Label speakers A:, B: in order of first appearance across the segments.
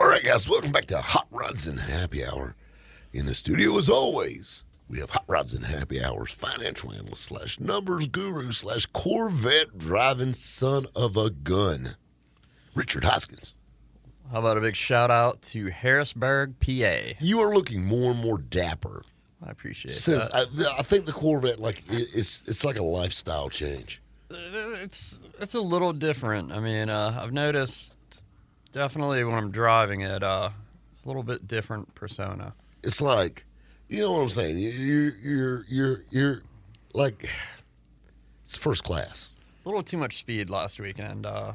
A: All right, guys, welcome back to Hot Rods and Happy Hour. In the studio, as always, we have Hot Rods and Happy Hours financial analyst slash numbers guru slash Corvette driving son of a gun, Richard Hoskins.
B: How about a big shout out to Harrisburg, PA? I
A: You are looking more and more dapper
B: appreciate
A: since
B: that.
A: I, I think the Corvette like i- it's it's like a lifestyle change.
B: it's it's a little different. I mean, uh, I've noticed definitely when I'm driving it, uh, it's a little bit different persona.
A: It's like, you know what I'm saying? You- You're you're you're you're like it's first class.
B: A little too much speed last weekend. Uh,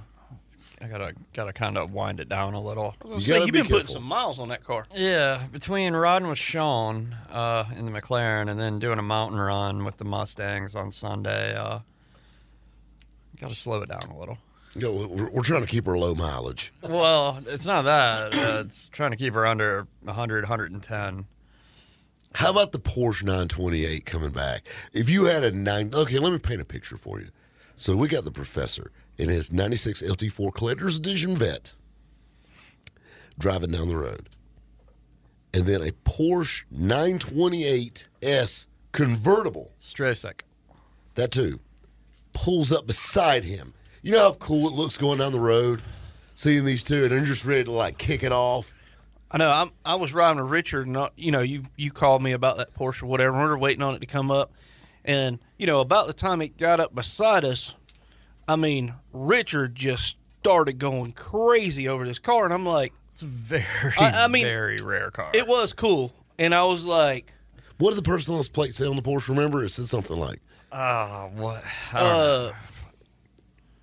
B: I gotta gotta kind of wind it down a little.
C: I was
A: You gotta
C: gonna say, you've
A: be
C: been
A: careful.
C: putting some miles on that car.
B: Yeah, between riding with Sean uh, in the McLaren and then doing a mountain run with the Mustangs on Sunday, uh, gotta slow it down a little.
A: You know, we're, we're trying to keep her low mileage.
B: Well, it's not that. Uh, it's trying to keep her under 100, 110.
A: How about the Porsche 928 coming back? If you had a nine, okay, let me paint a picture for you. So we got the professor in his 96 LT4 Collector's Edition Vet driving down the road. And then a Porsche 928S convertible,
B: Strasek.
A: that too, pulls up beside him. You know how cool it looks going down the road, seeing these two, and they're just ready to like kick it off.
C: I know. I'm, I was riding with Richard, and uh, you know, you you called me about that Porsche or whatever. and We were waiting on it to come up, and you know, about the time it got up beside us, I mean, Richard just started going crazy over this car, and I'm like,
B: It's a very,
C: I- I mean,
B: very rare car.
C: it was cool, and I was like,
A: What did the person on this plate say on the Porsche? Remember, it said something like,
B: Ah, what? I don't know.
C: uh,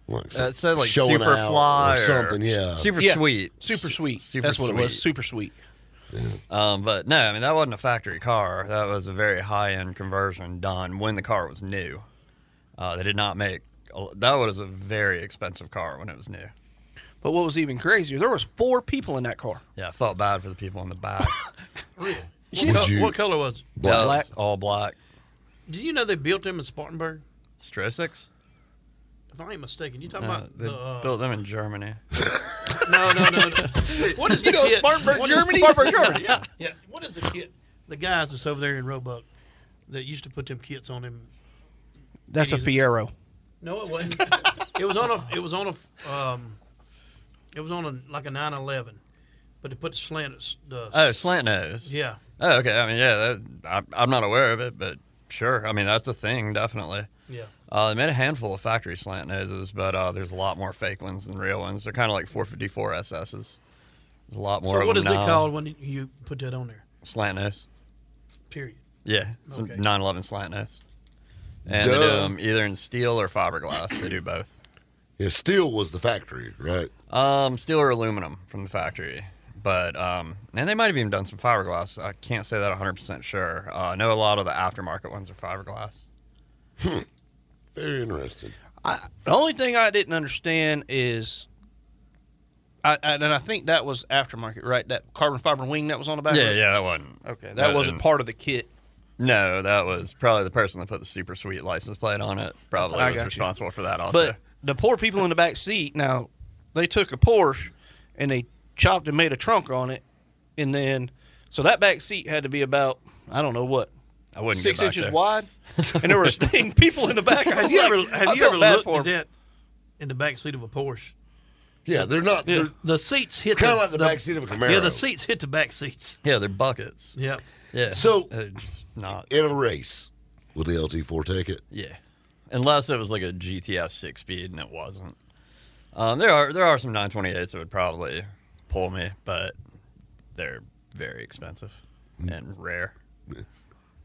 A: like
B: That said, Uh, like,
A: showing
B: super
A: out
B: fly
A: or
B: or-
A: something. Yeah,
B: Super
C: yeah,
B: sweet.
C: super sweet.
B: Super
C: That's what it was.
B: sweet.
C: Super sweet.
B: Um, but no, I mean, that wasn't a factory car. That was a very high end conversion done when the car was new. Uh, they did not make, that was a very expensive car when it was new.
C: But what was even crazier, there was four people in that car.
B: Yeah, I felt bad for the people in the back.
A: Would
D: What, col-
A: you-
D: what color was it?
A: Black.
B: That was All black.
D: Do you know they built them in Spartanburg?
B: Strasix?
D: If I ain't mistaken, you talking
B: Uh,
D: about
B: they
D: the, uh,
B: built them in Germany.
D: no, no, no. no. what is the
C: You know,
D: kit?
C: Spartanburg,
D: What is-
C: Germany. Spartanburg, Germany.
D: yeah, yeah. What is the kit? The guys that's over there in Roebuck that used to put them kits on him.
C: That's a Fiero.
D: No, it wasn't. it was on a. It was on a. Um, it was on a like a nine eleven, but they put the slant. The,
B: Oh, slant nose.
D: Yeah.
B: Oh, okay. I mean, yeah, that, I, I'm not aware of it, but sure. I mean, that's a thing, definitely.
D: Yeah.
B: Uh, they made a handful of factory slant noses, but uh, there's a lot more fake ones than real ones. They're kind of like 454 SSs. There's a lot more.
D: So
B: of
D: what is
B: them
D: it
B: now.
D: called when you put that on there?
B: Slant nose.
D: Period.
B: Yeah, it's
D: Okay.
B: a 911 slant nose. And they do
A: Duh.
B: them either in steel or fiberglass. they do both.
A: yeah, steel was the factory, right?
B: Um, steel or aluminum from the factory, but um, and they might have even done some fiberglass. I can't say that 100 percent sure. Uh, I know a lot of the aftermarket ones are fiberglass.
A: Very interesting.
C: I, the only thing I didn't understand is, I, I and I think that was aftermarket, right? That carbon fiber wing that was on the back. of
B: Yeah,
C: it?
B: yeah, that wasn't.
C: Okay, that wasn't
B: didn't-
C: part of the kit.
B: No, that was probably the person that put the super sweet license plate on it. Probably
C: I
B: was
C: got you.
B: responsible for that also.
C: But the poor people in the back seat. Now, they took a Porsche and they chopped and made a trunk on it, and then so that back seat had to be about I don't know what
B: I wouldn't
C: six
B: get back
C: inches
B: there.
C: wide, and there were staying people in the back. I
D: Have
C: was
D: you
C: like-
D: ever have
C: I
D: you
C: felt
D: ever
C: bad
D: looked
C: for
D: at
C: 'em.
D: that in the back seat of a Porsche?
A: Yeah, they're not. They're,
D: The seats hit
A: kinda like the back seat of a Camaro.
D: Yeah, the seats hit the back seats.
B: Yeah, they're buckets.
D: Yeah.
B: Yeah.
A: So-
B: Uh, just not.
A: in a race, would the LT4 take it?
B: Yeah, unless it was like a GTS six speed, and it wasn't. Um, there are there are some 928s that would probably pull me, but they're very expensive
E: Mm.
B: and rare.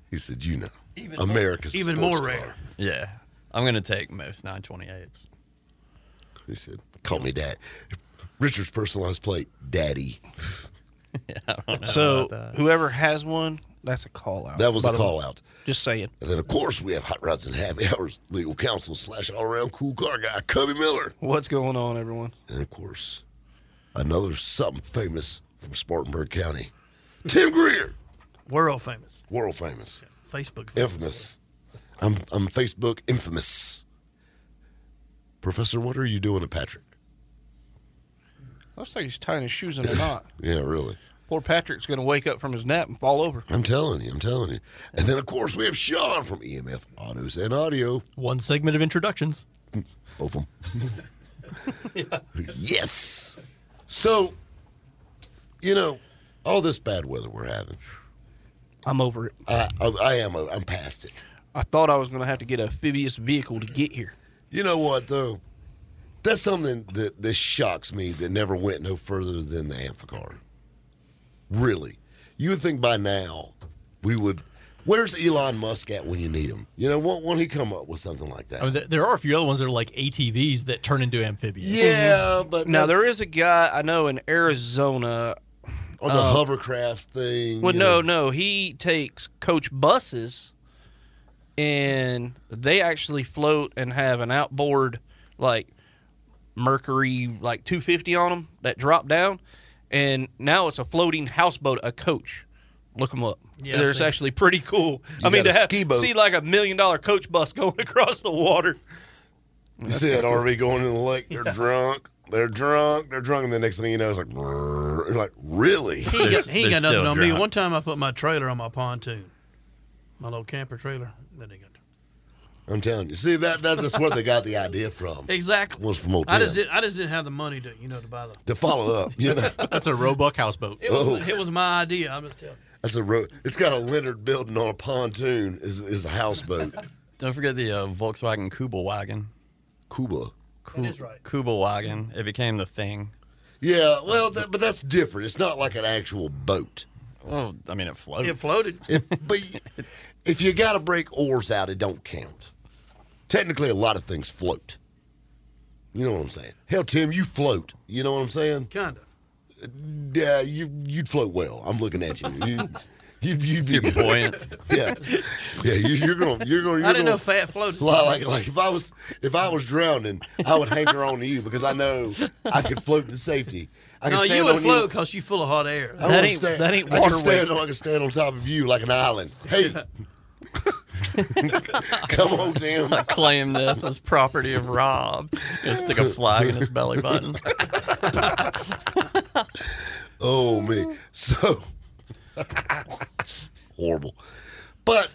A: He said, "You know, America's
D: Even
A: sports
D: more
A: car."
D: rare.
B: Yeah, I'm gonna take most 928s.
A: He said, "Call me dad." Richard's personalized plate, Daddy.
C: So whoever has one, that's a call out.
A: That was
C: by
A: a
C: the way.
A: call out.
C: Just saying.
A: And then, of course, we have Hot Rods and Happy Hours legal counsel slash all around cool car guy, Cubby Miller.
C: What's going on, everyone?
A: And, of course, another something famous from Spartanburg County, Tim Greer,
D: World famous.
A: world famous,
D: Facebook famous.
A: infamous. I'm, I'm Facebook infamous. Professor, what are you doing to Patrick?
C: Looks like he's tying his shoes in a knot.
A: Yeah, really.
C: Poor Patrick's going to wake up from his nap and fall over.
A: I'm telling you, I'm telling you. And then, of course, we have Sean from EMF Autos and Audio.
E: One segment of introductions.
A: Both of them. Yes. So, you know, all this bad weather we're having,
C: I'm over it.
A: I, I, I am, I'm past it.
C: I thought I was going to have to get a amphibious vehicle to get here.
A: You know what, though? That's something that, that shocks me that never went no further than the Amphicar. Really. You would think by now we would. Where's Elon Musk at when you need him? You know, won't, won't he come up with something like that?
E: I
C: Oh,
E: mean, th- there are a few other ones that are like ATVs that turn into amphibians.
A: yeah, but
C: mm-hmm. Now there
A: that's-
C: is a guy I know in Arizona.
A: Or the hovercraft thing.
C: uh, Well,
A: you
C: no,
A: know.
C: no, he takes coach buses, and they actually float and have an outboard like Mercury like 250 on them that drop down, and now it's a floating houseboat, a coach. Look them up.
D: Yeah,
C: Yeah,
D: I've
C: They're
D: seen it.
C: actually pretty cool. I
A: You
C: mean,
A: got
C: to
A: a
C: have,
A: ski boat.
C: see like a million dollar coach bus going across the water.
A: You see that RV going in the lake, they're drunk. They're drunk. They're drunk. And the next thing you know, it's like, "Brrr." You're like, really?
D: He ain't got, he ain't
B: They're
D: got nothing
B: still
D: on me.
B: drunk.
D: One time I put my trailer on my pontoon, my little camper trailer. That ain't got
A: I'm telling you. See, that, that that's where they got the idea from.
D: exactly.
A: Was from old
D: I just
A: Tim.
D: did, I just didn't have the money to you know to buy the.
A: To follow up, you know,
E: That's a Roebuck houseboat.
D: It was,
A: Oh.
D: it was my idea. I'm just telling. you.
A: that's a road. It's got a Leonard building on a pontoon is is a houseboat.
B: Don't forget the uh, Volkswagen Kuba wagon.
A: Cuba.
B: Ku-
D: is right.
B: Kuba wagon. It became the thing.
A: Yeah, well, that, but that's different. It's not like an actual boat.
B: Well, I mean, it floated.
D: It floated.
A: If, but y- if you got to break oars out, it don't count. Technically, a lot of things float. You know what I'm saying? Hell, Tim, you float. You know what I'm saying?
D: Kinda.
A: Yeah, you you'd float well. I'm looking at you. you you'd, you'd be
B: You're buoyant.
A: Yeah, yeah. You, you're gonna you're gonna. You're
D: I didn't
A: gonna,
D: know fat floated.
A: Like, like like if I was if I was drowning, I would hanker on to you because I know I could float to safety. I can
D: No,
A: stand
D: you would
A: on
D: float because you're full of hot air.
A: I
C: That
A: wanna
C: ain't-
A: stand-
C: that ain't
A: I
C: water
A: can stand, on, I can stand on top of you like an island. Hey, come on, Tim.
B: I claim this as property of Rob. He'll stick a flag in his belly button.
A: Oh me, so horrible. But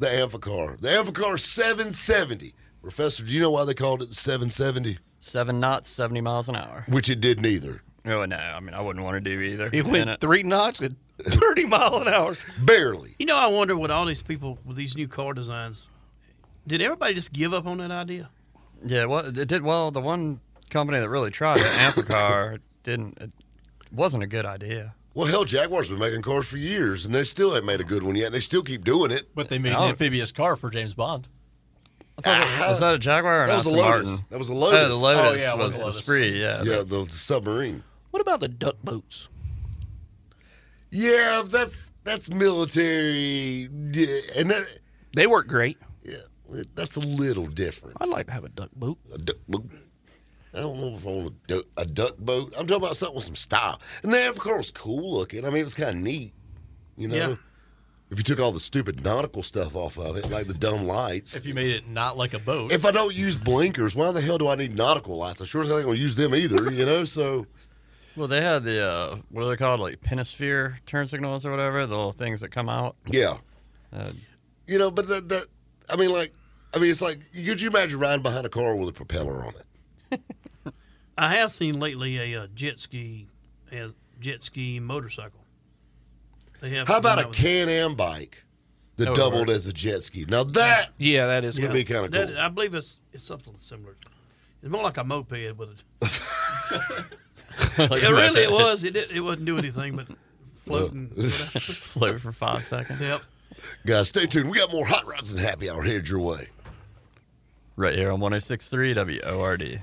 A: the Amphicar, the Amphicar 770. Professor, do you know why they called it the 770?
B: Seven knots, 70 miles an hour.
A: Which it didn't either.
B: Oh, no. I mean, I wouldn't want to do either.
C: It
B: In it.
C: went three knots at 30 mile an hour.
A: Barely.
D: You know, I wonder what all these people with these new car designs. Did everybody just give up on that idea?
B: Yeah, well, it did. Well, the one company that really tried it, Amphicar, didn't. It wasn't a good idea.
A: Well, hell, Jaguar's been making cars for years, and they still ain't made a good one yet. And they still keep doing it.
E: But they made an amphibious car for James Bond.
B: I thought it-
A: Ah,
B: was that a Jaguar or
A: that
B: an
A: was a
B: Aston
A: Lotus.
B: Martin?
A: That was a
B: Oh,
A: Lotus.
B: the Lotus
E: Oh, yeah, it
B: was,
E: was a
B: the
E: Lotus.
B: Spree. Yeah,
A: Yeah, the, the submarine.
C: What about the duck boats?
A: Yeah, that's that's military, yeah, and that
C: They work great.
A: yeah, that's a little different.
C: I'd like to have a duck boat.
A: A duck boat. I don't know if I want a duck, a duck boat. I'm talking about something with some style. And the Amphicar was cool looking. I mean, it was kind of neat. You know,
D: Yeah.
A: if you took all the stupid nautical stuff off of it, like the dumb lights.
E: If you made it not like a boat,
A: if I don't use blinkers, why the hell do I need nautical lights? I sure as hell ain't gonna use them either, you know. So
B: Well, they had the uh, what are they called, like pinosphere turn signals or whatever, the little things that come out.
A: yeah, you know. But that, that I mean, like, I mean, it's like, could you imagine riding behind a car with a propeller on it?
D: I have seen lately a, uh jet ski, a jet ski motorcycle. They have.
A: How about
D: when
A: a
D: I was-
A: Can-Am bike that,
B: That would
A: doubled
B: work.
A: as a jet ski? Now that
C: Yeah, that is
A: would
C: good.
A: be kind of
D: That-
A: cool.
D: I believe it's it's something similar. It's more like a moped with it.
B: like
D: Yeah, really, it was. It did, it wasn't do anything but floating.
B: Float for five seconds.
D: yep.
A: Guys, stay tuned. We got more hot rods and happy hour headed your way.
B: Right here on 106.3 WORD.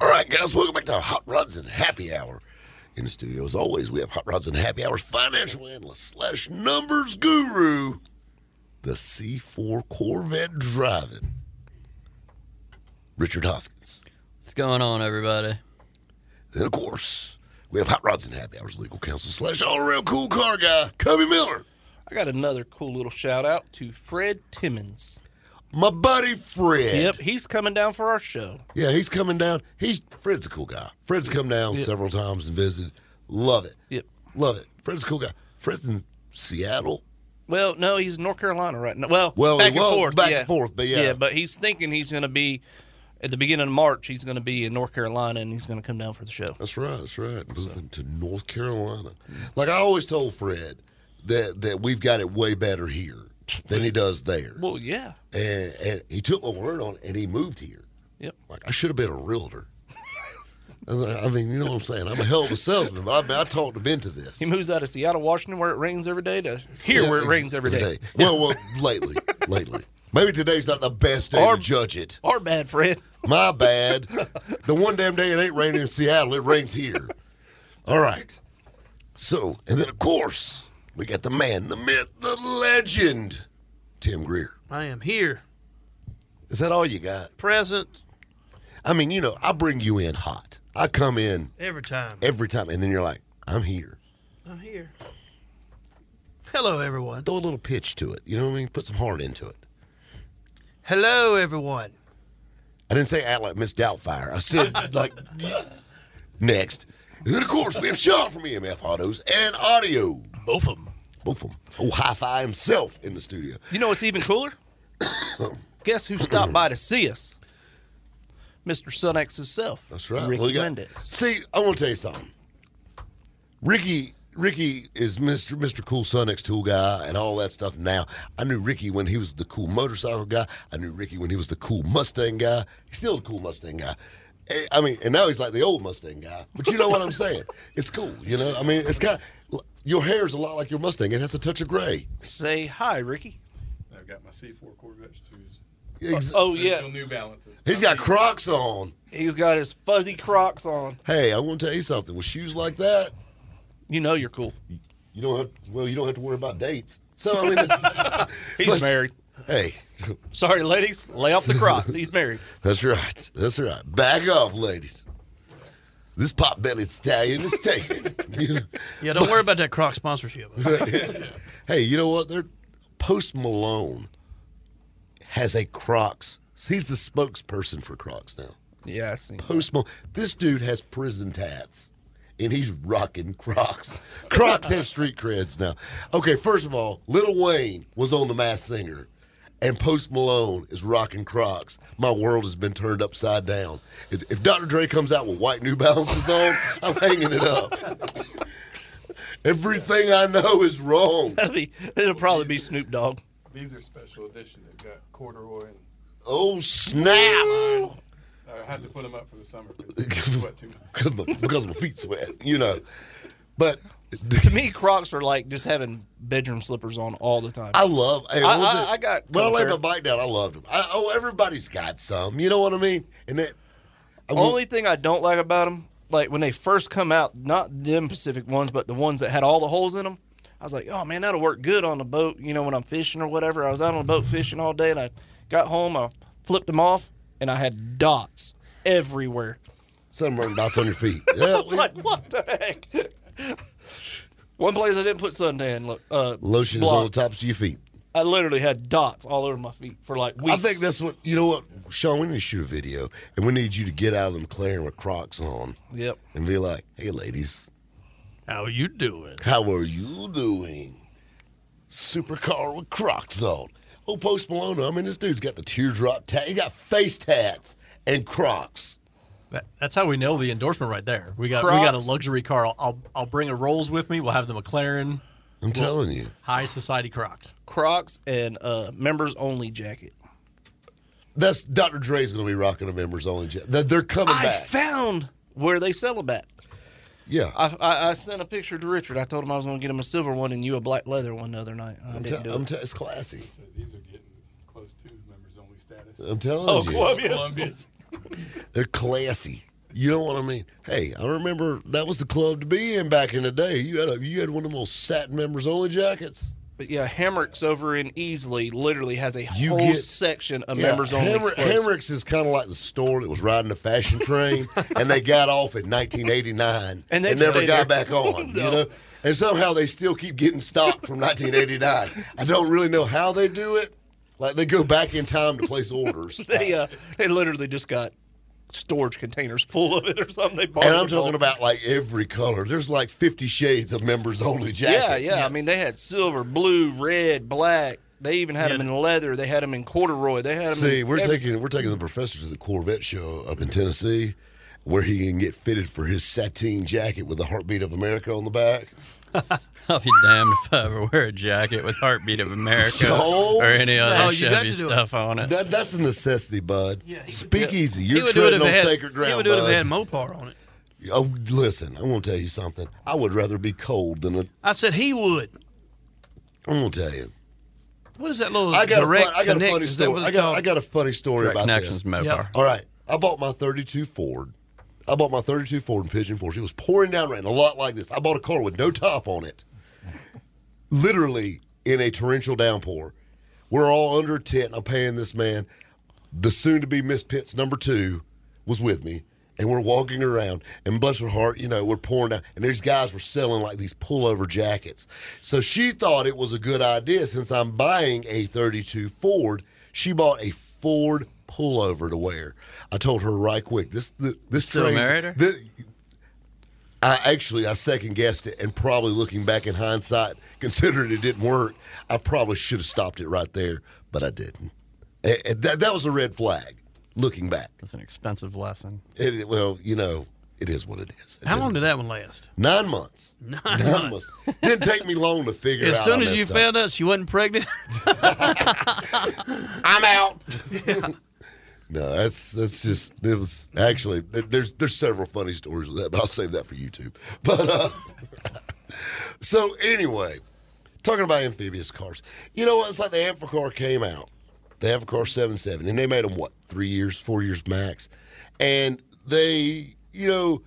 A: All right, guys, welcome back to Hot Rods and Happy Hour. In the studio, as always, we have Hot Rods and Happy Hour's financial analyst slash numbers guru, the C4 Corvette driving, Richard Hoskins.
B: What's going on, everybody?
A: Then, of course, we have Hot Rods and Happy Hour's legal counsel slash all around cool car guy, Cubby Miller.
C: I got another cool little shout out to Fred Timmons.
A: My buddy Fred.
C: Yep, he's coming down for our show.
A: Yeah, he's coming down. He's Fred's a cool guy. Fred's come down several times and visited. Love it.
C: Yep.
A: Love it. Fred's a cool guy. Fred's in Seattle.
C: Well, no, he's in North Carolina right now. Well,
A: Well,
C: back and
A: well,
C: forth,
A: back
C: yeah.
A: and forth, but yeah.
C: but he's thinking he's going to be at the beginning of March. He's going to be in North Carolina, and he's going to come down for the show.
A: That's right. That's right. Moving to North Carolina. Like I always told Fred that that we've got it way better here than he does there.
C: Well, yeah,
A: And and he took my word on it and he moved here.
C: Yep.
A: Like I should have been a realtor. I mean- I mean, you know what I'm saying. I'm a hell of a salesman, but I, mean, I talked him into this.
C: he moves out of Seattle, Washington, where it rains every day, to here
A: Yeah,
C: where it
A: ex-
C: rains every day.
A: Well, well, lately, lately. Maybe today's not the best day
C: Or-
A: to judge it.
C: Our bad, Fred.
A: My bad. the one damn day it ain't raining in Seattle, it rains here. All right. So, and then of course, we got the man, the myth, the legend, Tim Greer.
D: I am here,
A: Is that all you got?
D: present
A: I mean, you know, I bring you in hot. I come in
D: every time.
A: every time, and then you're like, I'm here.
D: I'm here. Hello, everyone.
A: Throw a little pitch to it. You know what I mean? Put some heart into it.
D: Hello, everyone.
A: I didn't say act like Miss Doubtfire. I said like next. And then of course we have Sean from EMF Autos and Audio.
C: Both of them.
A: Both of them. Oh, hi-fi himself in the studio.
C: You know what's even cooler? Guess who stopped by to see us? Mr. Sunex himself.
A: That's right.
C: Ricky
A: Well, you got-
C: Mendez.
A: See, I want to tell you something. Ricky, Ricky is Mister Mister Cool Sonic's tool guy and all that stuff. Now I knew Ricky when he was the cool motorcycle guy. I knew Ricky when he was the cool Mustang guy. He's still the cool Mustang guy. Eh, I mean, and now he's like the old Mustang guy. But you know what I'm saying? It's cool. You know, I mean, it's kind. Of, your hair is a lot like your Mustang. It has a touch of gray.
C: Say hi, Ricky.
F: I've got my C4 Corvette shoes.
A: Ex-
C: Oh
F: Yeah.
C: yeah,
F: New Balances.
A: He's got Crocs on.
C: he's got his fuzzy Crocs on.
A: Hey, I want to tell you something. With shoes like that,
C: You know you're cool.
A: you don't have. Well, you don't have to worry about dates. So I mean, it's,
C: He's
A: Let's-
C: married.
A: hey,
C: Sorry, ladies, lay off the Crocs. He's married.
A: That's right. That's right. Back off, ladies. This pot bellied stallion is taken. You know?
D: Yeah, don't worry about that Croc sponsorship.
A: hey, you know what? They're Post Malone has a Crocs. He's the spokesperson for Crocs now.
C: Yeah, I seen.
A: Post Malone. This dude has prison tats, and he's rocking Crocs. Crocs have street creds now. Okay, first of all, Little Wayne was on The Masked Singer, and Post Malone is rocking Crocs. My world has been turned upside down. If, if Dr. Dre comes out with white New Balances on, I'm hanging it up. Everything I know is wrong.
C: That'll be, it'll probably be Snoop Dogg.
F: These are special edition. They've got corduroy and
A: Oh snap!
F: I had to put them up for the summer because sweat too much.
A: because my, because my feet sweat, you know. But
C: to me, Crocs are like just having bedroom slippers on all the time.
A: I love. hey,
C: I-
A: one
C: I-
A: thing-
C: I got
A: when I laid my
C: comfort.
A: bike down. I loved them. I, oh, everybody's got some. You know what I mean? And that I will-
C: Only thing I don't like about them, like when they first come out, not them Pacific ones, but the ones that had all the holes in them. I was like, oh man, that'll work good on the boat. You know, when I'm fishing or whatever. I was out on the boat fishing all day, and I got home, I flipped them off, and I had dots everywhere.
A: sunburn dots on your feet. Yeah,
C: I was like, what the heck? One place I didn't put suntan. Look, uh,
A: lotion is on the
C: block.
A: tops of your feet.
C: I literally had dots all over my feet for like weeks.
A: I think that's what you know. What Sean, we need to shoot a video, and we need you to get out of them clearing with Crocs on,
C: Yep.
A: and be like, "Hey, ladies,
E: How you doing?
A: How are you doing? Supercar with Crocs on. Oh, Post Malone, I mean, this dude's got the teardrop tat. He got face tats and Crocs.
E: That, that's how we know the endorsement right there. We got we got a
C: Crocs.
E: luxury car. I'll, I'll I'll bring a Rolls with me. We'll have the McLaren
A: I'm telling you.
E: High Society Crocs.
C: Crocs and uh, members only jacket.
A: That's Dr. Dre's going to be rocking a members only jet. They're they're coming
C: I
A: back.
C: found where they sell them at.
A: yeah.
C: I, I, I sent a picture to Richard. I told him I was going to get him a silver one and you a black leather one the other night. I
A: I'm
C: didn't
A: te-
C: do
A: I'm
C: it.
A: te- it's classy.
F: So these are getting close to members only status.
A: I'm telling
C: oh,
A: you.
C: Columbia.
A: They're classy. You know what I mean? Hey, I remember that was the club to be in back in the day. You had a, you had one of them old satin members only jackets.
C: But yeah, Hamrick's over in Easley literally has a
A: You
C: whole
A: get-
C: section of
A: Yeah,
C: members only.
A: Hammer-
C: clothes.
A: Hamrick's is kind of like the store that was riding the fashion train, and they got off in 1989
C: And
A: and,
C: they've
A: never
C: stayed
A: got
C: there. Oh,
A: back on. You know, and somehow they still keep getting stock from 1989. I don't really know how they do it. Like they go back in time to place orders.
C: They, uh, they literally just got storage containers full of it or something. They bought
A: and I'm
C: it all.
A: talking about like every color. There's like 50 shades of members only jackets.
C: Yeah, yeah. I mean, they had silver, blue, red, black. They even had them in leather. They had them in corduroy. They had them.
A: See,
C: in
A: we're
C: every-
A: taking we're taking the professor to the Corvette show up in Tennessee, where he can get fitted for his sateen jacket with the heartbeat of America on the back.
B: I'll be damned if I ever wear a jacket with Heartbeat of America
A: Oh,
B: or any
A: snap.
B: other
A: Oh,
G: you got
B: Chevy
G: to do it.
B: stuff on it.
A: That, that's a necessity, bud.
D: he-
A: Speakeasy,
D: He
A: you're
D: would do it
A: treading
D: if
A: on
D: it had,
A: sacred ground.
D: He would do it if
A: bud.
D: it had Mopar on it.
A: Oh, listen, I'm gonna tell you something. I would rather be cold than a.
D: I said he would.
A: I'm gonna tell you.
D: What is that little?
A: I got a,
D: direct
A: fun, I got a
D: connect,
A: funny
D: is that
A: story.
D: what
A: I
D: it's
A: got
D: called?
A: I got a funny story
B: Direct
A: about
B: connections,
A: this.
B: Mopar.
D: Yep.
A: All right, I bought my 32 Ford. I bought my 32 Ford in Pigeon Forge. It was pouring down rain, a lot like this. I bought a car with no top on it, literally in a torrential downpour. We're all under a tent. and I'm paying this man. The soon-to-be Miss Pitts number two was with me, and we're walking around. And bless her heart, you know, we're pouring down, and these guys were selling like these pullover jackets. So she thought it was a good idea since I'm buying a 32 Ford. She bought a Ford pullover to wear. I told her right quick, this this, this
B: Still
A: train.
B: married her?
A: thi- I actually I second guessed it, and probably looking back in hindsight, considering it didn't work, I probably should have stopped it right there, but I didn't. And- and that, that was a red flag. Looking back,
B: That's an expensive lesson.
A: It- it- well, you know, it is what it is.
D: How long did that one last?
A: Nine months. Nine, months. Didn't take me long to figure
D: As
A: out.
D: soon
A: I
D: as you
A: messed up.
D: found out she wasn't pregnant,
A: I'm out. no, that's that's just it was actually th- there's there's several funny stories with that, but I'll save that for YouTube. But uh, so anyway, talking about amphibious cars, you know what? It's like the Amphicar came out, the Amphicar Seven Seven, and they made them what three years, four years max, and they you know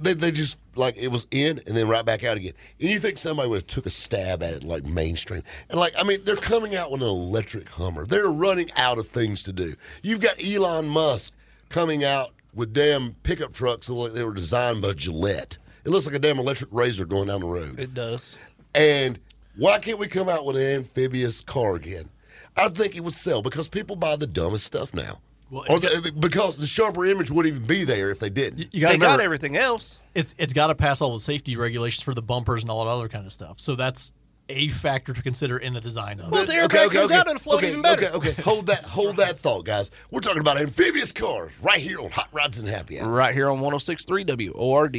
A: they, they just like it was in and then right back out again. And you think somebody would have took a stab at it like mainstream? And like I mean, they're coming out with an electric Hummer. They're running out of things to do. You've got Elon Musk coming out with damn pickup trucks that look like they were designed by Gillette. It looks like a damn electric razor going down the road.
C: It does.
A: And why can't we come out with an amphibious car again? I think it would sell because people buy the dumbest stuff now.
E: Well,
A: or they, because the sharper image wouldn't even be there if they didn't.
E: You gotta remember,
C: everything else.
E: It's it's got to pass all the safety regulations for the bumpers and all that other kind of stuff. So that's a factor to consider in the design of
A: But-
E: it.
A: okay, Okay, okay, hold that, hold that thought, guys. We're talking about amphibious cars right here on Hot Rods and Happy Hour.
C: Right here on 1063 WORD.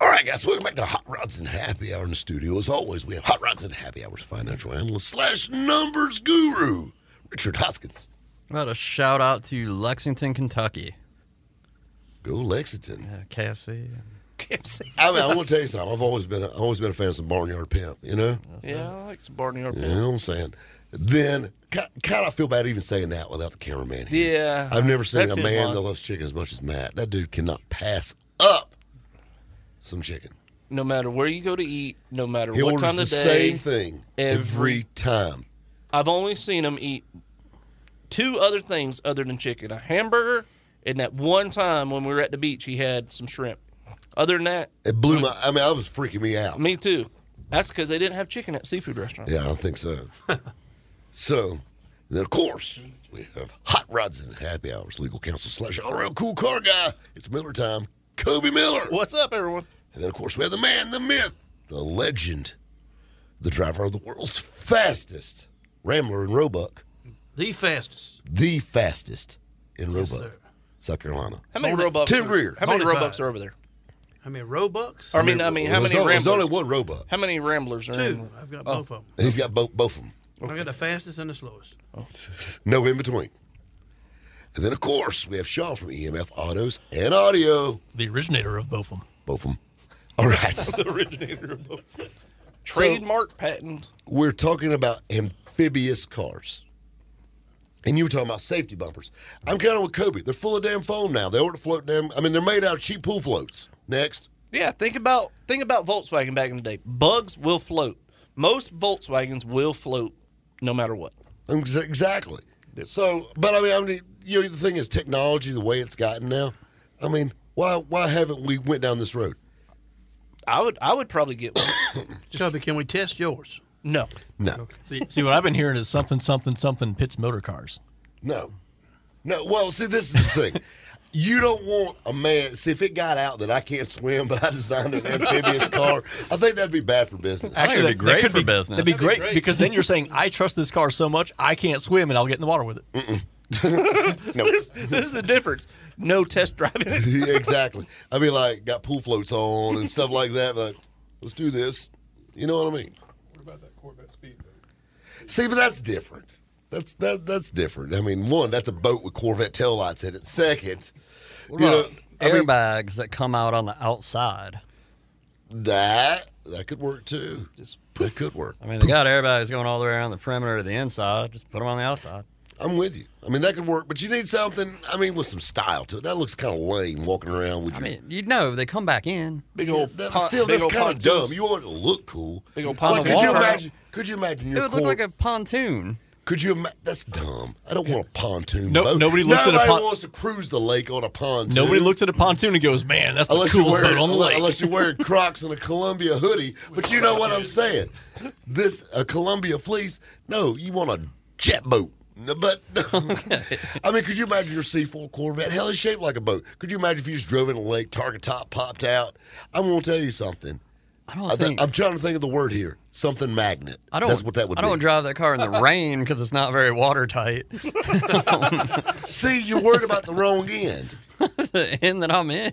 A: All right, guys, welcome back to Hot Rods and Happy Hour in the studio. As always, we have Hot Rods and Happy Hours financial analyst slash numbers guru, Richard Hoskins.
B: About a shout out to Lexington, Kentucky. Uh,
A: Go Lexington.
B: KFC.
C: KFC.
A: I mean, I want to tell you something. I've always been, a, I've always been a fan of some barnyard pimp. You know,
C: Yeah, I like some barnyard
A: you
C: pimp.
A: know what I'm saying. Then, kind of, I feel bad even saying that without the cameraman. Here.
C: Yeah.
A: I've never seen
C: That's
A: a
C: his
A: man
C: line.
A: that loves chicken as much as Matt. That dude cannot pass up some chicken.
C: No matter where you go to eat, no matter
A: He
C: what
A: orders
C: time
A: the
C: of day,
A: same thing every time.
C: I've only seen him eat two other things other than chicken: a hamburger, and that one time when we were at the beach, he had some shrimp. Other than that,
A: It blew my. I mean, I was freaking me out.
C: me too. That's because they didn't have chicken at seafood restaurants.
A: Yeah, I think so. so, then of course we have hot rods and happy hours. Legal counsel slash all around cool car guy. It's Miller time. Kobe Miller.
C: What's up, everyone?
A: And then of course we have the man, the myth, the legend, the driver of the world's fastest Rambler and Roebuck,
D: The fastest.
A: the fastest in
D: Yes,
A: Roebuck,
D: sir.
A: South Carolina.
C: How many
D: Bona-
C: Roebucks?
A: Tim
C: are-
A: Greer.
C: How many
D: Bona fide.
C: Roebucks are over there?
D: I mean, Robux.
C: I mean, I mean, how
A: There's only-
C: many ramblers?
A: There's only one Roebuck.
C: How many ramblers are
D: Two.
C: in?
D: I've got both of
A: And he's got both both of them.
D: them. I got the fastest and the slowest.
A: No in between. And then, of course, we have Shaw from EMF Autos and Audio.
E: The originator of both of them.
A: Both of them. All right.
C: the originator of both. Trademark patent.
A: We're talking about amphibious cars. And you were talking about safety bumpers. I'm kind of with Kobe. They're full of damn foam now. They ought to float damn. I mean, they're made out of cheap pool floats. Next.
C: Yeah, think about think about Volkswagen back in the day. Bugs will float. Most Volkswagens will float, no matter what.
A: Ex- Um, Exactly. So, but I mean, I mean, you know, the thing is technology, the way it's gotten now. I mean, why why haven't we went down this road?
C: I would I would probably get one.
D: Chubby, can we test yours?
C: no,
A: No.
E: See, see, what I've been hearing is something, something, something pits motor cars.
A: No. No. Well, see, this is the thing. You don't want a man. See, if it got out that I can't swim, but I designed an amphibious car, I think that'd be bad for business.
B: Actually, it'd be great for business.
E: That'd be great, because then you're saying, I trust this car so much, I can't swim and I'll get in the water with it.
A: no,
C: this, this is the difference. No test driving. it.
A: Yeah, exactly. I mean, like got pool floats on and stuff like that. Like, let's do this. You know what I mean?
F: What about that Corvette speedboat?
A: See, but that's different. That's that that's different. I mean, one, that's a boat with Corvette taillights in it. Second,
B: What
A: you know,
B: about airbags that come out on the outside?
A: that that could work too. Just that could work.
B: I mean, they got airbags going all the way around the perimeter to the inside. Just put them on the outside.
A: I'm with you. I mean, that could work, but you need something. I mean, with some style to it. That looks kind of lame walking around with
B: I
A: your.
B: mean, you know they come back in.
C: Big
A: Yeah,
C: old
A: that-
C: pon-
A: still,
C: big
A: that's
C: old
A: kind of
C: pontoons.
A: dumb. You want it to look cool.
C: Big old
A: Like,
C: pontoon
A: could you
C: walker.
A: imagine? Could you imagine
B: It
A: your
B: would look
A: Cor-
B: like a pontoon.
A: Could you? Ima- that's dumb. I don't want a pontoon
E: No-
A: boat.
E: nobody looks at a
A: Nobody
E: pon-
A: wants to cruise the lake on a pontoon.
E: Nobody looks at a pontoon and goes, man, that's the
A: unless
E: coolest
A: you're wearing,
E: boat on the
A: unless-
E: lake.
A: Unless you're wearing Crocs and a Columbia hoodie, but you know what I'm saying. This a Columbia fleece. No, you want a jet boat. No, But I mean, could you imagine your C4 Corvette? Hell, it's shaped like a boat. Could you imagine if you just drove in a lake, target top popped out? I'm gonna tell you something.
B: I don't
A: I
B: think.
A: am trying to think of the word here. Something magnet.
B: I don't.
A: That's what that would
B: I
A: be.
B: don't drive that car in the rain because it's not very watertight.
A: See, you're worried about the wrong end.
B: the end that I'm in.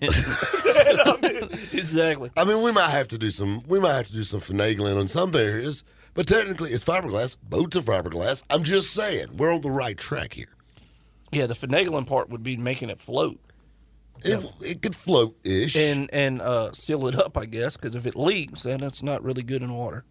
A: exactly. I mean, we might have to do some. We might have to do some finagling on some areas, but technically, it's fiberglass. Boats are fiberglass. I'm just saying, we're on the right track here.
C: Yeah, the finagling part would be making it float.
A: It, it could float ish,
C: and and uh, seal it up, I guess, because if it leaks, then it's not really good in water.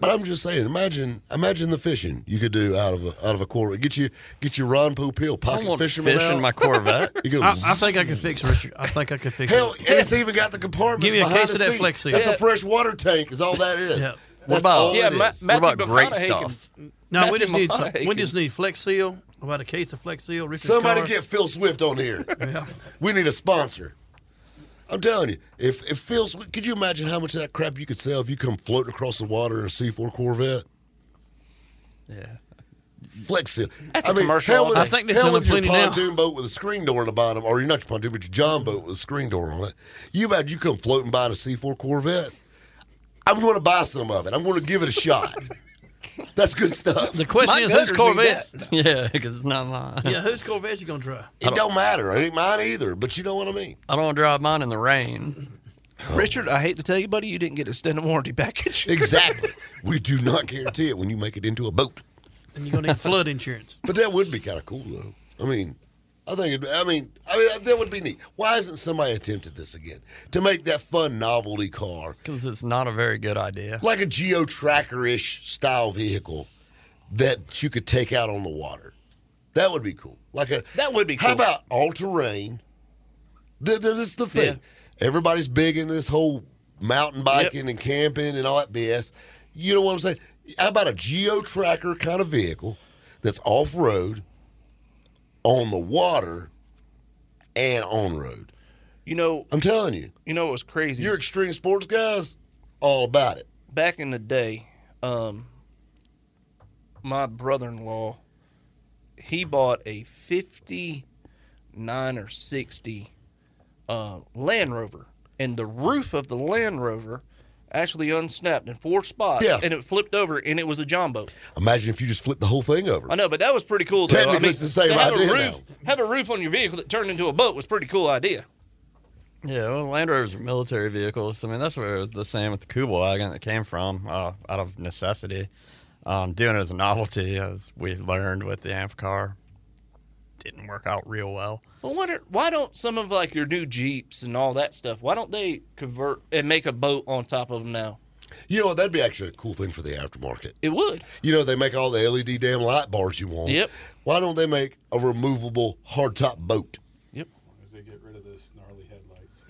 A: But I'm just saying, imagine imagine the fishing you could do out of a, out of a Corvette. Get you get your Ron Popeil pocket
B: want
A: fisherman
B: fish in
A: out.
B: my Corvette.
A: You go,
F: I, I think I could fix Richard. I think I could fix
A: hell,
F: it.
A: and it's even got the compartments
F: Give me a
A: behind
F: case
A: the
F: of that
A: seat.
F: Flex Seal.
A: That's
F: Yeah.
A: a fresh water tank. Is all that is.
F: Yeah.
A: That's all it is.
D: No, we just need some- we just need Flex Seal. About a case of Flex Seal. Richard's
A: Somebody
D: car.
A: get Phil Swift on here. We need a sponsor. I'm telling you, if if Phil, Swift, could you imagine how much of that crap you could sell if you come floating across the water in a C4 Corvette?
B: Yeah.
A: Flex seal.
B: That's
A: I
B: a
A: mean,
B: commercial
A: Hell with,
B: all day. I think they're
A: hell with your
B: selling plenty now.
A: pontoon boat with a screen door in the bottom, or you're not your pontoon, but your John boat with a screen door on it. You imagine you come floating by in a C4 Corvette? I'm going to buy some of it. I'm going to give it a shot. That's good stuff.
D: The question is, whose Corvette?
B: yeah, because it's not mine.
D: Yeah, whose Corvette you gonna try?
A: It don't matter. It ain't mine either. But you know what I mean.
B: I don't drive mine in the rain.
C: Richard, I hate to tell you, buddy, you didn't get extended warranty package.
A: Exactly. we do not guarantee it when you make it into a boat.
D: And you're gonna need flood insurance.
A: But that would be kind of cool, though. I mean, I think. It, I mean, I mean that would be neat. Why hasn't somebody attempted this again to make that fun novelty car?
B: Because it's not a very good idea.
A: like a Geo Tracker ish style vehicle that you could take out on the water. That would be cool. Like a
C: That would be
A: How
C: cool.
A: about all terrain? Th- th- This is the thing. Everybody's big into this whole mountain biking and camping and all that BS. You know what I'm saying? How about a Geo Tracker kind of vehicle that's off road, on the water, and on road?
C: You know,
A: I'm telling you,
C: you know what's crazy?
A: your extreme sports guys, all about it.
C: back in the day, um, my brother-in-law, he bought a '59 or '60 uh, Land Rover, and the roof of the Land Rover actually unsnapped in four spots,
A: Yeah.
C: and it flipped over, and it was a John boat.
A: Imagine if you just flip the whole thing over.
C: I know, but that was pretty cool. Though. I
A: Technically,
C: mean,
A: it's the same
C: to have
A: idea
C: A roof, Have a roof on your vehicle that turned into a boat was a pretty cool idea.
B: Yeah, well, Land Rovers are military vehicles. I mean, that's where the same with the Kubel wagon that came from uh, out of necessity. Um, doing it as a novelty, as we learned with the Amphcar, didn't work out real well.
C: I wonder why don't some of like your new Jeeps and all that stuff? Why don't they convert and make a boat on top of them now?
A: You know, that'd be actually a cool thing for the aftermarket.
C: It would.
A: You know, they make all the LED damn light bars you want.
C: Yep.
A: Why don't they make a removable hardtop boat?
C: Yep.
F: As long as they get rid of those gnarly headlights.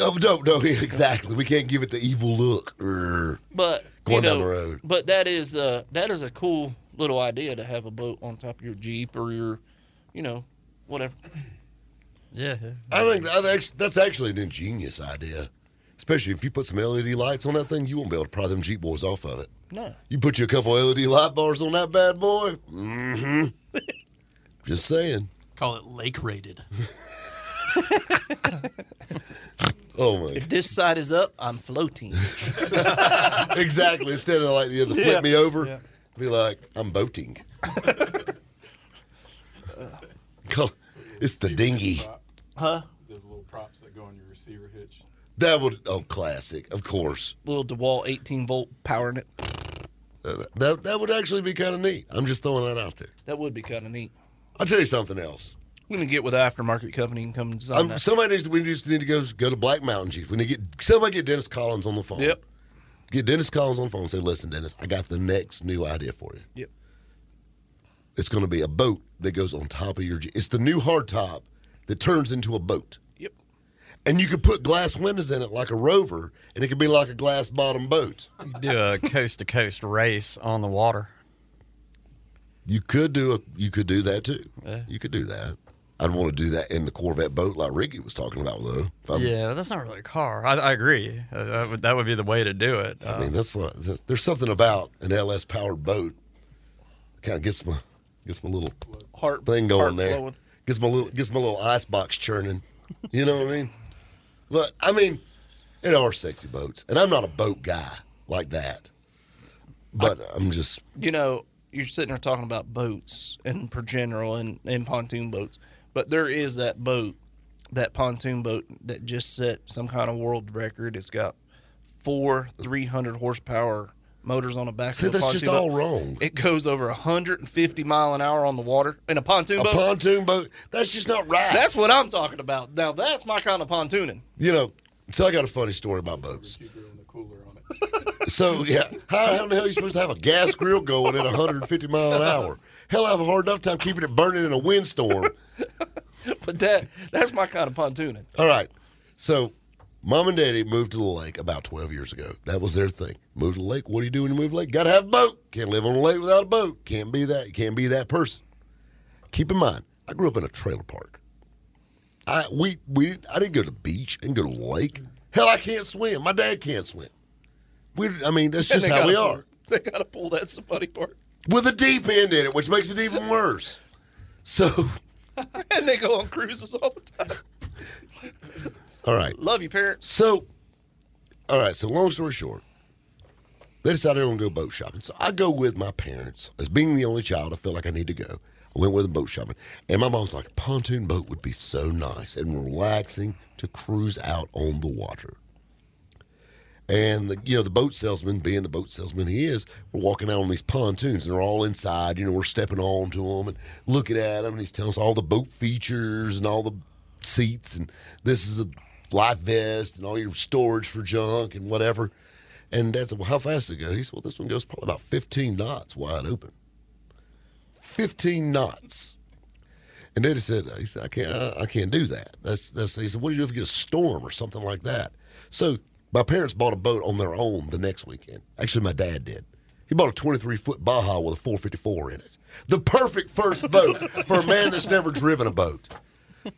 A: Oh, no, no, exactly. We can't give it the evil look. Err.
C: But
A: Going
C: you know,
A: down the road.
C: But that is uh that is a cool little idea to have a boat on top of your Jeep or your, you know, whatever.
B: Yeah.
A: I think I think that's actually an ingenious idea. Especially if you put some LED lights on that thing, you won't be able to pry them Jeep boys off of it.
C: No.
A: You put you a couple LED light bars on that bad boy. Mm-hmm. Just saying.
E: Call it lake rated.
A: Oh my
C: If this side is up, I'm floating.
A: exactly. Instead of like the other flip
C: Yeah.
A: me over,
C: Yeah.
A: be like, I'm boating. Col- it's the dinghy.
C: Huh?
F: Those little props that go on your receiver hitch.
A: That would oh classic, of course.
C: little DeWalt 18 volt powering it.
A: Uh, That that would actually be kind of neat. I'm just throwing that out there.
C: That would be kind of neat.
A: I'll tell you something else.
C: We're gonna get with an aftermarket company and come design
A: Um
C: that.
A: somebody needs to, we just need to go go to Black Mountain Jeep. We need to get somebody get Dennis Collins on the phone.
C: Yep.
A: Get Dennis Collins on the phone and say, listen, Dennis, I got the next new idea for you.
C: Yep.
A: It's going to be a boat that goes on top of your. Jeep. It's the new hardtop that turns into a boat.
C: Yep.
A: And you could put glass windows in it like a rover, and it could be like a glass bottom boat.
B: You could do a coast to coast race on the water.
A: You could do a you could do that too.
B: Yeah.
A: You could do that. I'd want to do that in the Corvette boat like Ricky was talking about though. If I'm-
B: yeah, that's not really a car. I, I agree. Uh, that, would, that would be the way to do it.
A: I
B: Uh,
A: mean that's not that- there's something about an LS powered boat. Kind of gets my gets my little
C: Heart
A: thing going
C: heart
A: there.
C: flowing.
A: Gets my little gets my little ice box churning. You know what I mean? But I mean, it are sexy boats, and I'm not a boat guy like that. But I'm just
C: you know, you're sitting there talking about boats and per general and, and pontoon boats, but there is that boat that pontoon boat that just set some kind of world record. It's got four 300 horsepower motors on the back.
A: See,
C: of a
A: that's just
C: pontoon boat.
A: all wrong.
C: It goes over 150 mile an hour on the water in a pontoon
A: A
C: boat.
A: pontoon boat. That's just not right.
C: That's what I'm talking about. Now that's my kind of pontooning.
A: You know, so I got a funny story about boats. So yeah, how, how the hell are you supposed to have a gas grill going at 150 mile an hour? Hell, I have a hard enough time keeping it burning in a windstorm.
C: But that that's my kind of pontooning.
A: All right, so mom and daddy moved to the lake about 12 years ago. That was their thing. Moved to the lake. What do you do when you move to the lake? Got to have a boat. Can't live on a lake without a boat. Can't be that. Can't be that person. Keep in mind, I grew up in a trailer park. I we we I didn't go to the beach. I didn't go to the lake. Hell, I can't swim. My dad can't swim. We, I mean, that's just
C: They
A: how we
C: gotta-
A: are.
C: They gotta pull that somebody part.
A: with a deep end in it, which makes it even worse. So,
C: and they go on cruises all the time.
A: all right.
C: Love you, parents.
A: So, all right. So, long story short, they decided they were going to go boat shopping. So, I go with my parents. As being the only child, I feel like I need to go. I went with them boat shopping. And my mom's like, a pontoon boat would be so nice and relaxing to cruise out on the water. And the you know the boat salesman, being the boat salesman he is, we're walking out on these pontoons and they're all inside. You know, we're stepping on to them and looking at them. And he's telling us all the boat features and all the seats and this is a life vest and all your storage for junk and whatever. And that's well, how fast did it go? He said, well, this one goes probably about 15 knots wide open. 15 knots. And Daddy said, he said, I can't, I, I can't do that. That's, that's, he said, what do you do if you get a storm or something like that? So my parents bought a boat on their own the next weekend. Actually, my dad did. He bought a 23 foot Baja with a 454 in it. The perfect first boat for a man that's never driven a boat.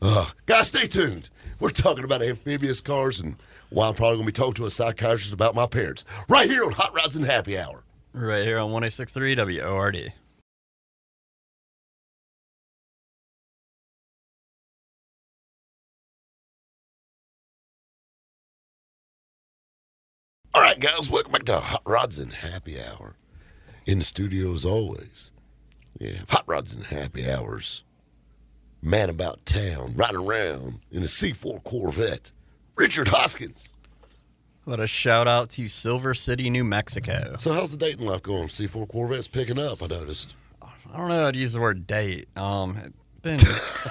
A: Uh, guys, stay tuned. We're talking about amphibious cars and why I'm probably going to be talking to a psychiatrist about my parents right here on Hot Rods and Happy Hour.
B: Right here on 1063 WORD.
A: All right, guys, welcome back to Hot Rods and Happy Hour. In the studio, as always, we have Hot Rods and Happy Hours. Man about town, right around in a C4 Corvette. Richard Hoskins.
B: What a shout out to Silver City, New Mexico.
A: So, how's the dating life going? C4 Corvette's picking up, I noticed.
B: I don't know how to use the word date. Um, it's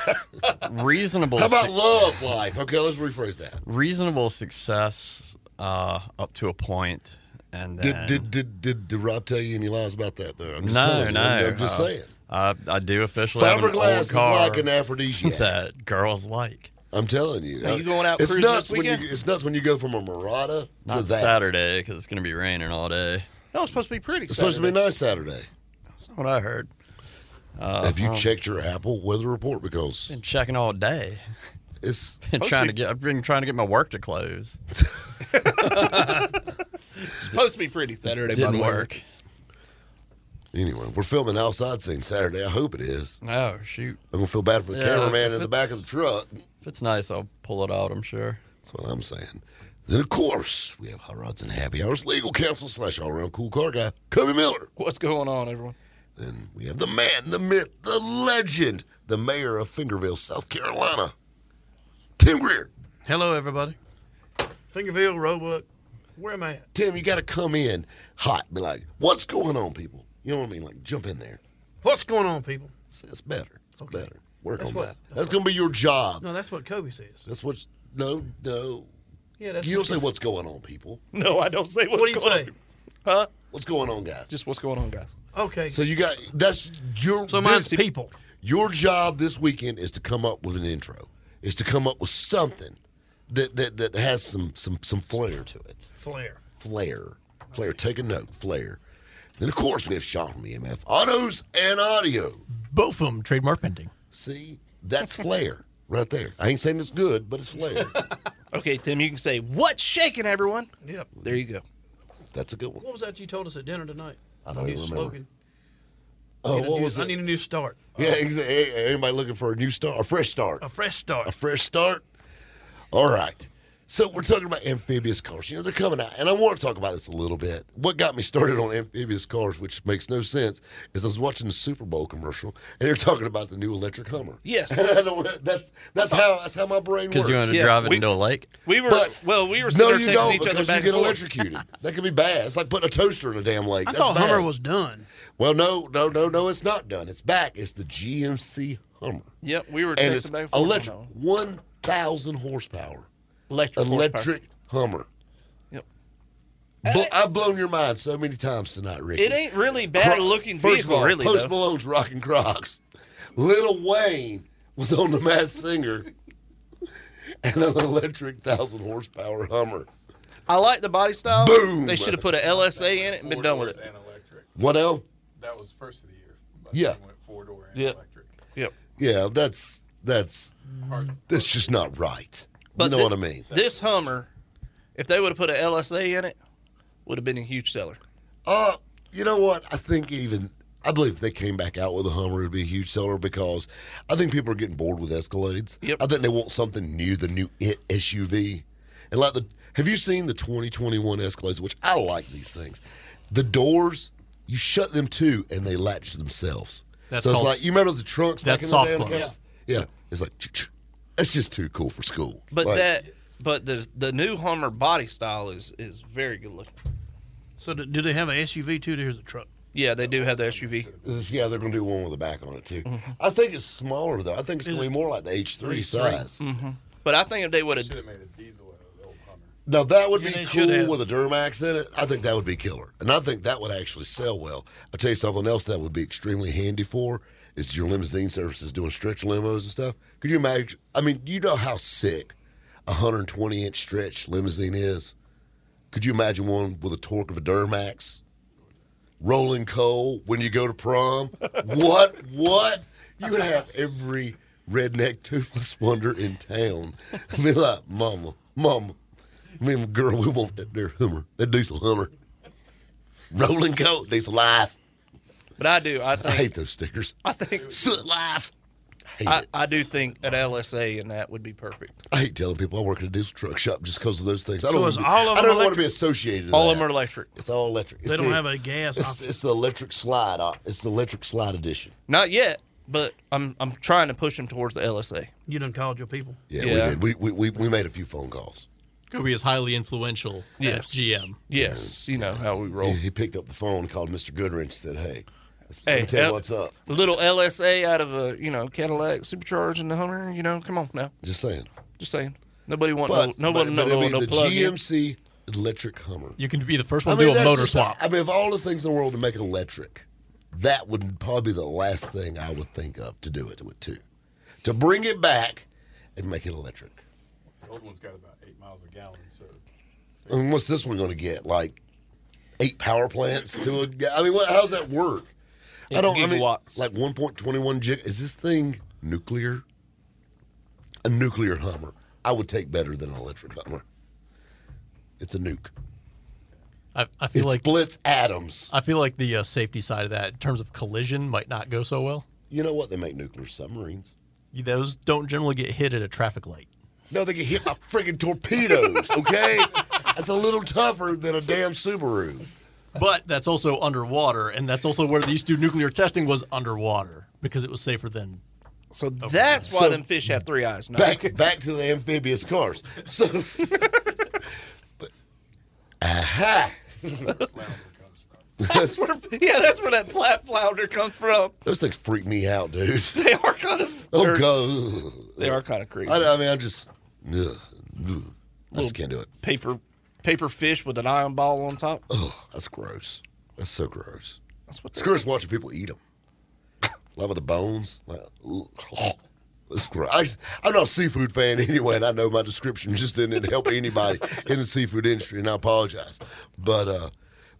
B: been reasonable.
A: How about
B: suc-
A: love life? Okay, let's rephrase that.
B: Reasonable success uh, up to a point, and
A: Did,
B: then
A: did, did, did, did Rob tell you any lies about that, though? I'm just
B: no,
A: telling you.
B: no,
A: I'm, I'm just
B: uh,
A: saying.
B: I, I do officially. have an old
A: Fiberglass is
B: car
A: like an aphrodisiac.
B: that girls like.
A: I'm telling you.
B: Are you going out
A: it's
B: cruising
A: nuts
B: this
A: When you,
B: weekend?
A: it's nuts when you go from a Murata to
B: Not
A: that.
B: Saturday because it's going to be raining all day.
C: No, it's supposed to be pretty.
A: It's supposed to be nice Saturday.
B: That's not what I heard. Uh,
A: Have you
B: um,
A: checked your Apple weather report? Because
B: Been checking all day.
A: It's
B: been
A: Supposed
B: trying
A: to
B: to get. I've been trying to get my work to close.
C: It's supposed to be pretty Saturday. by
B: Didn't
C: the way.
B: work.
A: anyway, we're filming outside scene Saturday. I hope it is.
B: Oh shoot!
A: I'm gonna feel bad for the
B: Yeah,
A: cameraman
B: if
A: in the back of the truck.
B: If it's nice, I'll pull it out. I'm sure.
A: That's what I'm saying. Then of course we have Hot Rods and Happy Hours legal counsel slash all around cool car guy Cubby Miller.
C: What's going on, everyone?
A: Then we have the man, the myth, the legend, the mayor of Fingerville, South Carolina, Tim Greer.
D: Hello, everybody. Fingerville, Roebuck. Where am I at?
A: Tim, you got to come in hot, be like, "What's going on, people?" You know what I mean? Like jump in there.
D: What's going on, people?
A: That's better. It's better. Work
D: That's
A: on
D: what-
A: that. That's gonna be your job.
D: No, that's what Kobe says.
A: That's what's no, no.
D: Yeah, that's
A: you
D: what
A: don't say
D: this-
A: what's going on, people.
C: No, I don't say what's
D: What do you
C: going
D: say?
C: on. Huh?
A: What's going on, guys?
C: Just what's going on, guys.
D: Okay.
A: So you got that's your
D: So mine's
A: this-
D: people.
A: Your job this weekend is to come up with an intro. Is to come up with something that that, that has some some some flair to it.
D: Flair.
A: Flair, flair. Take a note, flair. Then of course we have Sean from EMF Autos and Audio.
E: Both of them trademark pending.
A: See, that's flair right there. I ain't saying it's good, but it's flair.
C: Okay, Tim, you can say what's shaking, everyone.
D: Yep.
C: There you go.
A: That's a good one.
D: What was that you told us at dinner tonight?
A: I don't
D: New
A: even remember.
D: slogan.
A: Oh,
D: Need a
A: what
D: new-
A: was
D: I need
A: it?
D: a new start.
A: Yeah, exactly. Anybody looking for a new start, a fresh start?
D: A fresh start.
A: a fresh start. All right. So we're talking about amphibious cars. You know, they're coming out, and I want to talk about this a little bit. What got me started on amphibious cars, which makes no sense, is I was watching the Super Bowl commercial, and they're talking about the new electric Hummer.
C: Yes.
A: And I don't- that's that's how that's how my brain works.
B: Because you want to drive it into a lake?
C: We were
A: But-
C: well. We
A: no,
C: were sitting
A: you
C: there
A: don't
C: texting each other
A: because
C: back
A: you
C: and
A: get
C: forth.
A: electrocuted. that could be bad. It's like putting a toaster in a damn lake.
D: I
A: That's
D: thought
A: bad.
D: Hummer was done.
A: Well, no, no, no, no, it's not done. It's back. It's the GMC Hummer.
C: Yep, we were
A: and
C: texting
A: it's
C: back and forth on
A: electric,
C: that one.
A: 1,000 horsepower.
C: Electric
A: Electric Hummer.
C: Yep.
A: Bl- I've blown your mind so many times tonight, Ricky.
C: It ain't really bad
A: Cro-
C: looking
A: First
C: vehicle,
A: of all,
C: really.
A: Post
C: though.
A: Malone's rocking Crocs. Little Wayne was on the Mass Singer and an electric 1,000 horsepower Hummer.
C: I like the body style.
A: Boom.
C: They should have put an LSA in it and been done with it.
A: What else?
F: That was first of the year.
A: Yeah.
F: Four door.
C: Yep. Yep.
A: Yeah, that's that's that's just not right. you know
C: thi-
A: what I mean?
C: This Hummer, if they would have put an LSA in it, would have been a huge seller.
A: Uh, you know what? I think even I believe if they came back out with a Hummer, it'd be a huge seller because I think people are getting bored with Escalades. Yep. I think they want something new, the new it SUV. And like the, have you seen the 2021 Escalades? Which I like these things. The doors, you shut them to, and they latch themselves.
E: That's
A: so it's
E: called-
A: like you remember the trunks back
E: that's
A: in
E: soft
A: the day on
E: close.
A: cars? Yeah. it's like ch- ch- that's just too cool for school.
C: But
A: Like,
C: that, but the the new Hummer body style is is very good looking.
D: So do, do they have an SUV too? There's a truck.
C: Yeah, they do have the SUV.
A: This- Yeah, they're going to do one with a back on it too. I think it's smaller though. I think it's going to be more like the H3 size.
D: Mm-hmm.
C: hmm But I think if they would have,
A: Now that would
D: Yeah,
A: be
D: they should
A: cool
D: have.
A: with a Duramax in it. I think that would be killer, and I think that would actually sell well. I will tell you something else that would be extremely handy for is your limousine services doing stretch limos and stuff. Could you imagine? I mean, you know how sick a 120 inch stretch limousine is. Could you imagine one with a torque of a Duramax? Rolling coal when you go to prom. what? What? You would have every redneck toothless wonder in town. Be like, Mama, Mama, me and my girl, we want that there Hummer, that diesel Hummer. Rolling coal, diesel life.
C: but I do, I
A: I
C: think,
A: hate those stickers.
C: I think,
A: Soot life. Hate
C: I,
A: it.
C: I do think an LSA in that would be perfect.
A: I hate telling people I work at a diesel truck shop just because of those things. I
D: So
A: don't,
D: is
A: wanna be,
D: all of
A: I
D: them
A: don't want to
D: electric?
A: be associated with
C: All of
A: that.
C: them are electric.
A: It's all electric. It's
D: They don't
A: the-
D: have a gas
A: It's,
D: option.
A: it's the electric slide. op- It's the electric slide edition.
C: Not yet, but I'm I'm trying to push them towards the LSA.
D: You done called your people.
A: Yeah,
C: Yeah.
A: we did. We, we, we, we made a few phone calls.
E: Could be as highly influential
C: Yes,
E: as GM.
C: Yes, you know how we roll.
A: He, he picked up the phone, called Mr. Goodrich, and said, "Hey, let me
C: Hey,
A: tell you
C: L-
A: what's up."
C: A little LSA out of a you know Cadillac supercharged and the Hummer. You know, come on now.
A: Just saying.
C: Just saying. Nobody want
A: But
C: no, nobody
A: but,
C: no,
A: but it'll
C: no,
A: be
C: no
A: the
C: plug in.
A: GMC electric Hummer.
E: You can be the first one to do a
A: that's
E: motor
A: just-
E: swap.
A: I mean, of all the things in the world to make electric, that would probably be the last thing I would think of to do it with too, to bring it back and make it electric.
F: The old one's got about eight miles a gallon, so
A: I mean, what's this one going to get? Like eight power plants to a. ga- I mean, what, how's that work? I
C: Eight
A: don't. I mean,
C: gigawatts.
A: like one point twenty one gig. Is this thing nuclear? A nuclear Hummer. I would take better than an electric Hummer. It's a nuke.
E: I, I
A: It
E: feel like
A: splits atoms.
E: I feel like the uh, safety side of that, in terms of collision, might not go so well.
A: You know what? They make nuclear submarines.
E: Those don't generally get hit at a traffic light.
A: No, they get hit by friggin' torpedoes. Okay, that's a little tougher than a damn Subaru.
E: But that's also underwater, and that's also where they used to do nuclear testing was underwater because it was safer than.
C: So that's why
A: So-
C: them fish have three eyes. No.
A: back back to the amphibious cars. So, but- aha.
C: that's where, yeah, that's where that flat flounder comes from.
A: Those things freak me out, dude.
C: They are kind of
A: Oh
C: they're-
A: god,
C: they are kind of creepy.
A: I, I mean, I just, ugh, ugh. I just can't do it.
C: paper paper fish with an iron ball on top.
A: Oh, that's gross. That's so gross.
C: That's what
A: It's
C: they
A: gross watching people eat them. Love of the bones. Like, ugh. That's gross. I, am not a seafood fan anyway, and I know my description just didn't help anybody in the seafood industry, and I apologize. But uh,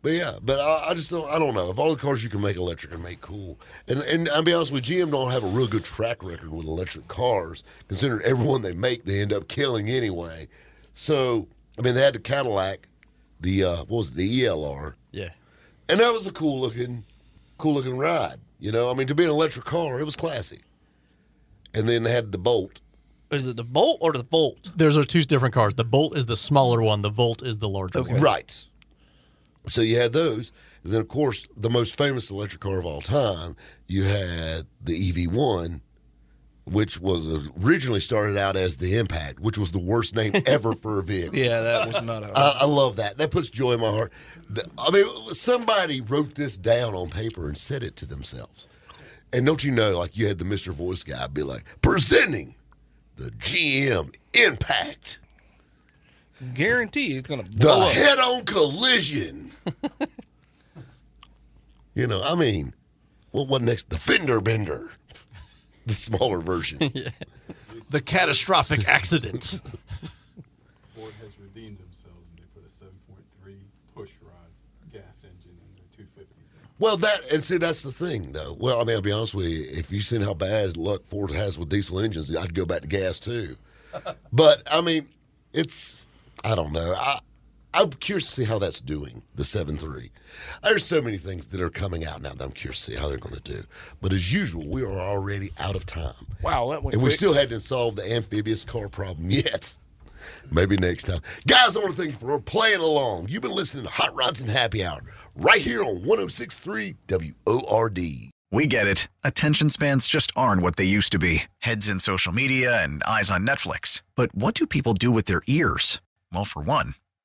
A: but yeah, but I, I just don't. I don't know. Of all the cars you can make electric and make cool, and and I'll be honest with you, GM don't have a real good track record with electric cars. Considering everyone they make, they end up killing anyway. So I mean, they had the Cadillac, the uh, what was it, the ELR,
B: Yeah.
A: and that was a cool looking, cool looking ride. You know, I mean, to be an electric car, it was classy. And then they had the Bolt,
C: is it the Bolt or the Volt?
B: There's are two different cars. The Bolt is the smaller one. The Volt is the larger one.
A: Right. So you had those. And then, of course, the most famous electric car of all time, you had the EV1, which was originally started out as the Impact, which was the worst name ever for a vehicle.
C: Yeah, that was not a.
A: I, I love that. That puts joy in my heart. The- I mean, somebody wrote this down on paper and said it to themselves. And don't you know, like you had the Mr. Voice guy be like, presenting the GM Impact,
C: guarantee it's going to
A: the
C: blow up.
A: head on collision. you know, I mean, what, what next? The fender bender, the smaller version.
B: The catastrophic accident.
H: Ford has redeemed themselves, and they put a 7.3 push rod gas engine in their 250s.
A: Well, that and see that's the thing though. Well, I mean, I'll be honest with you. If you seen how bad luck Ford has with diesel engines, I'd go back to gas too. But I mean, it's I don't know. I I'm curious to see how that's doing. The seven three. There's so many things that are coming out now that I'm curious to see how they're going to do. But as usual, we are already out of time,
C: Wow, that went
A: and we
C: quick.
A: still hadn't solved the amphibious car problem yet. Maybe next time. Guys, I want to thank you for playing along. You've been listening to Hot Rods and Happy Hour right here on 1063 WORD.
I: We get it. Attention spans just aren't what they used to be heads in social media and eyes on Netflix. But what do people do with their ears? Well, for one,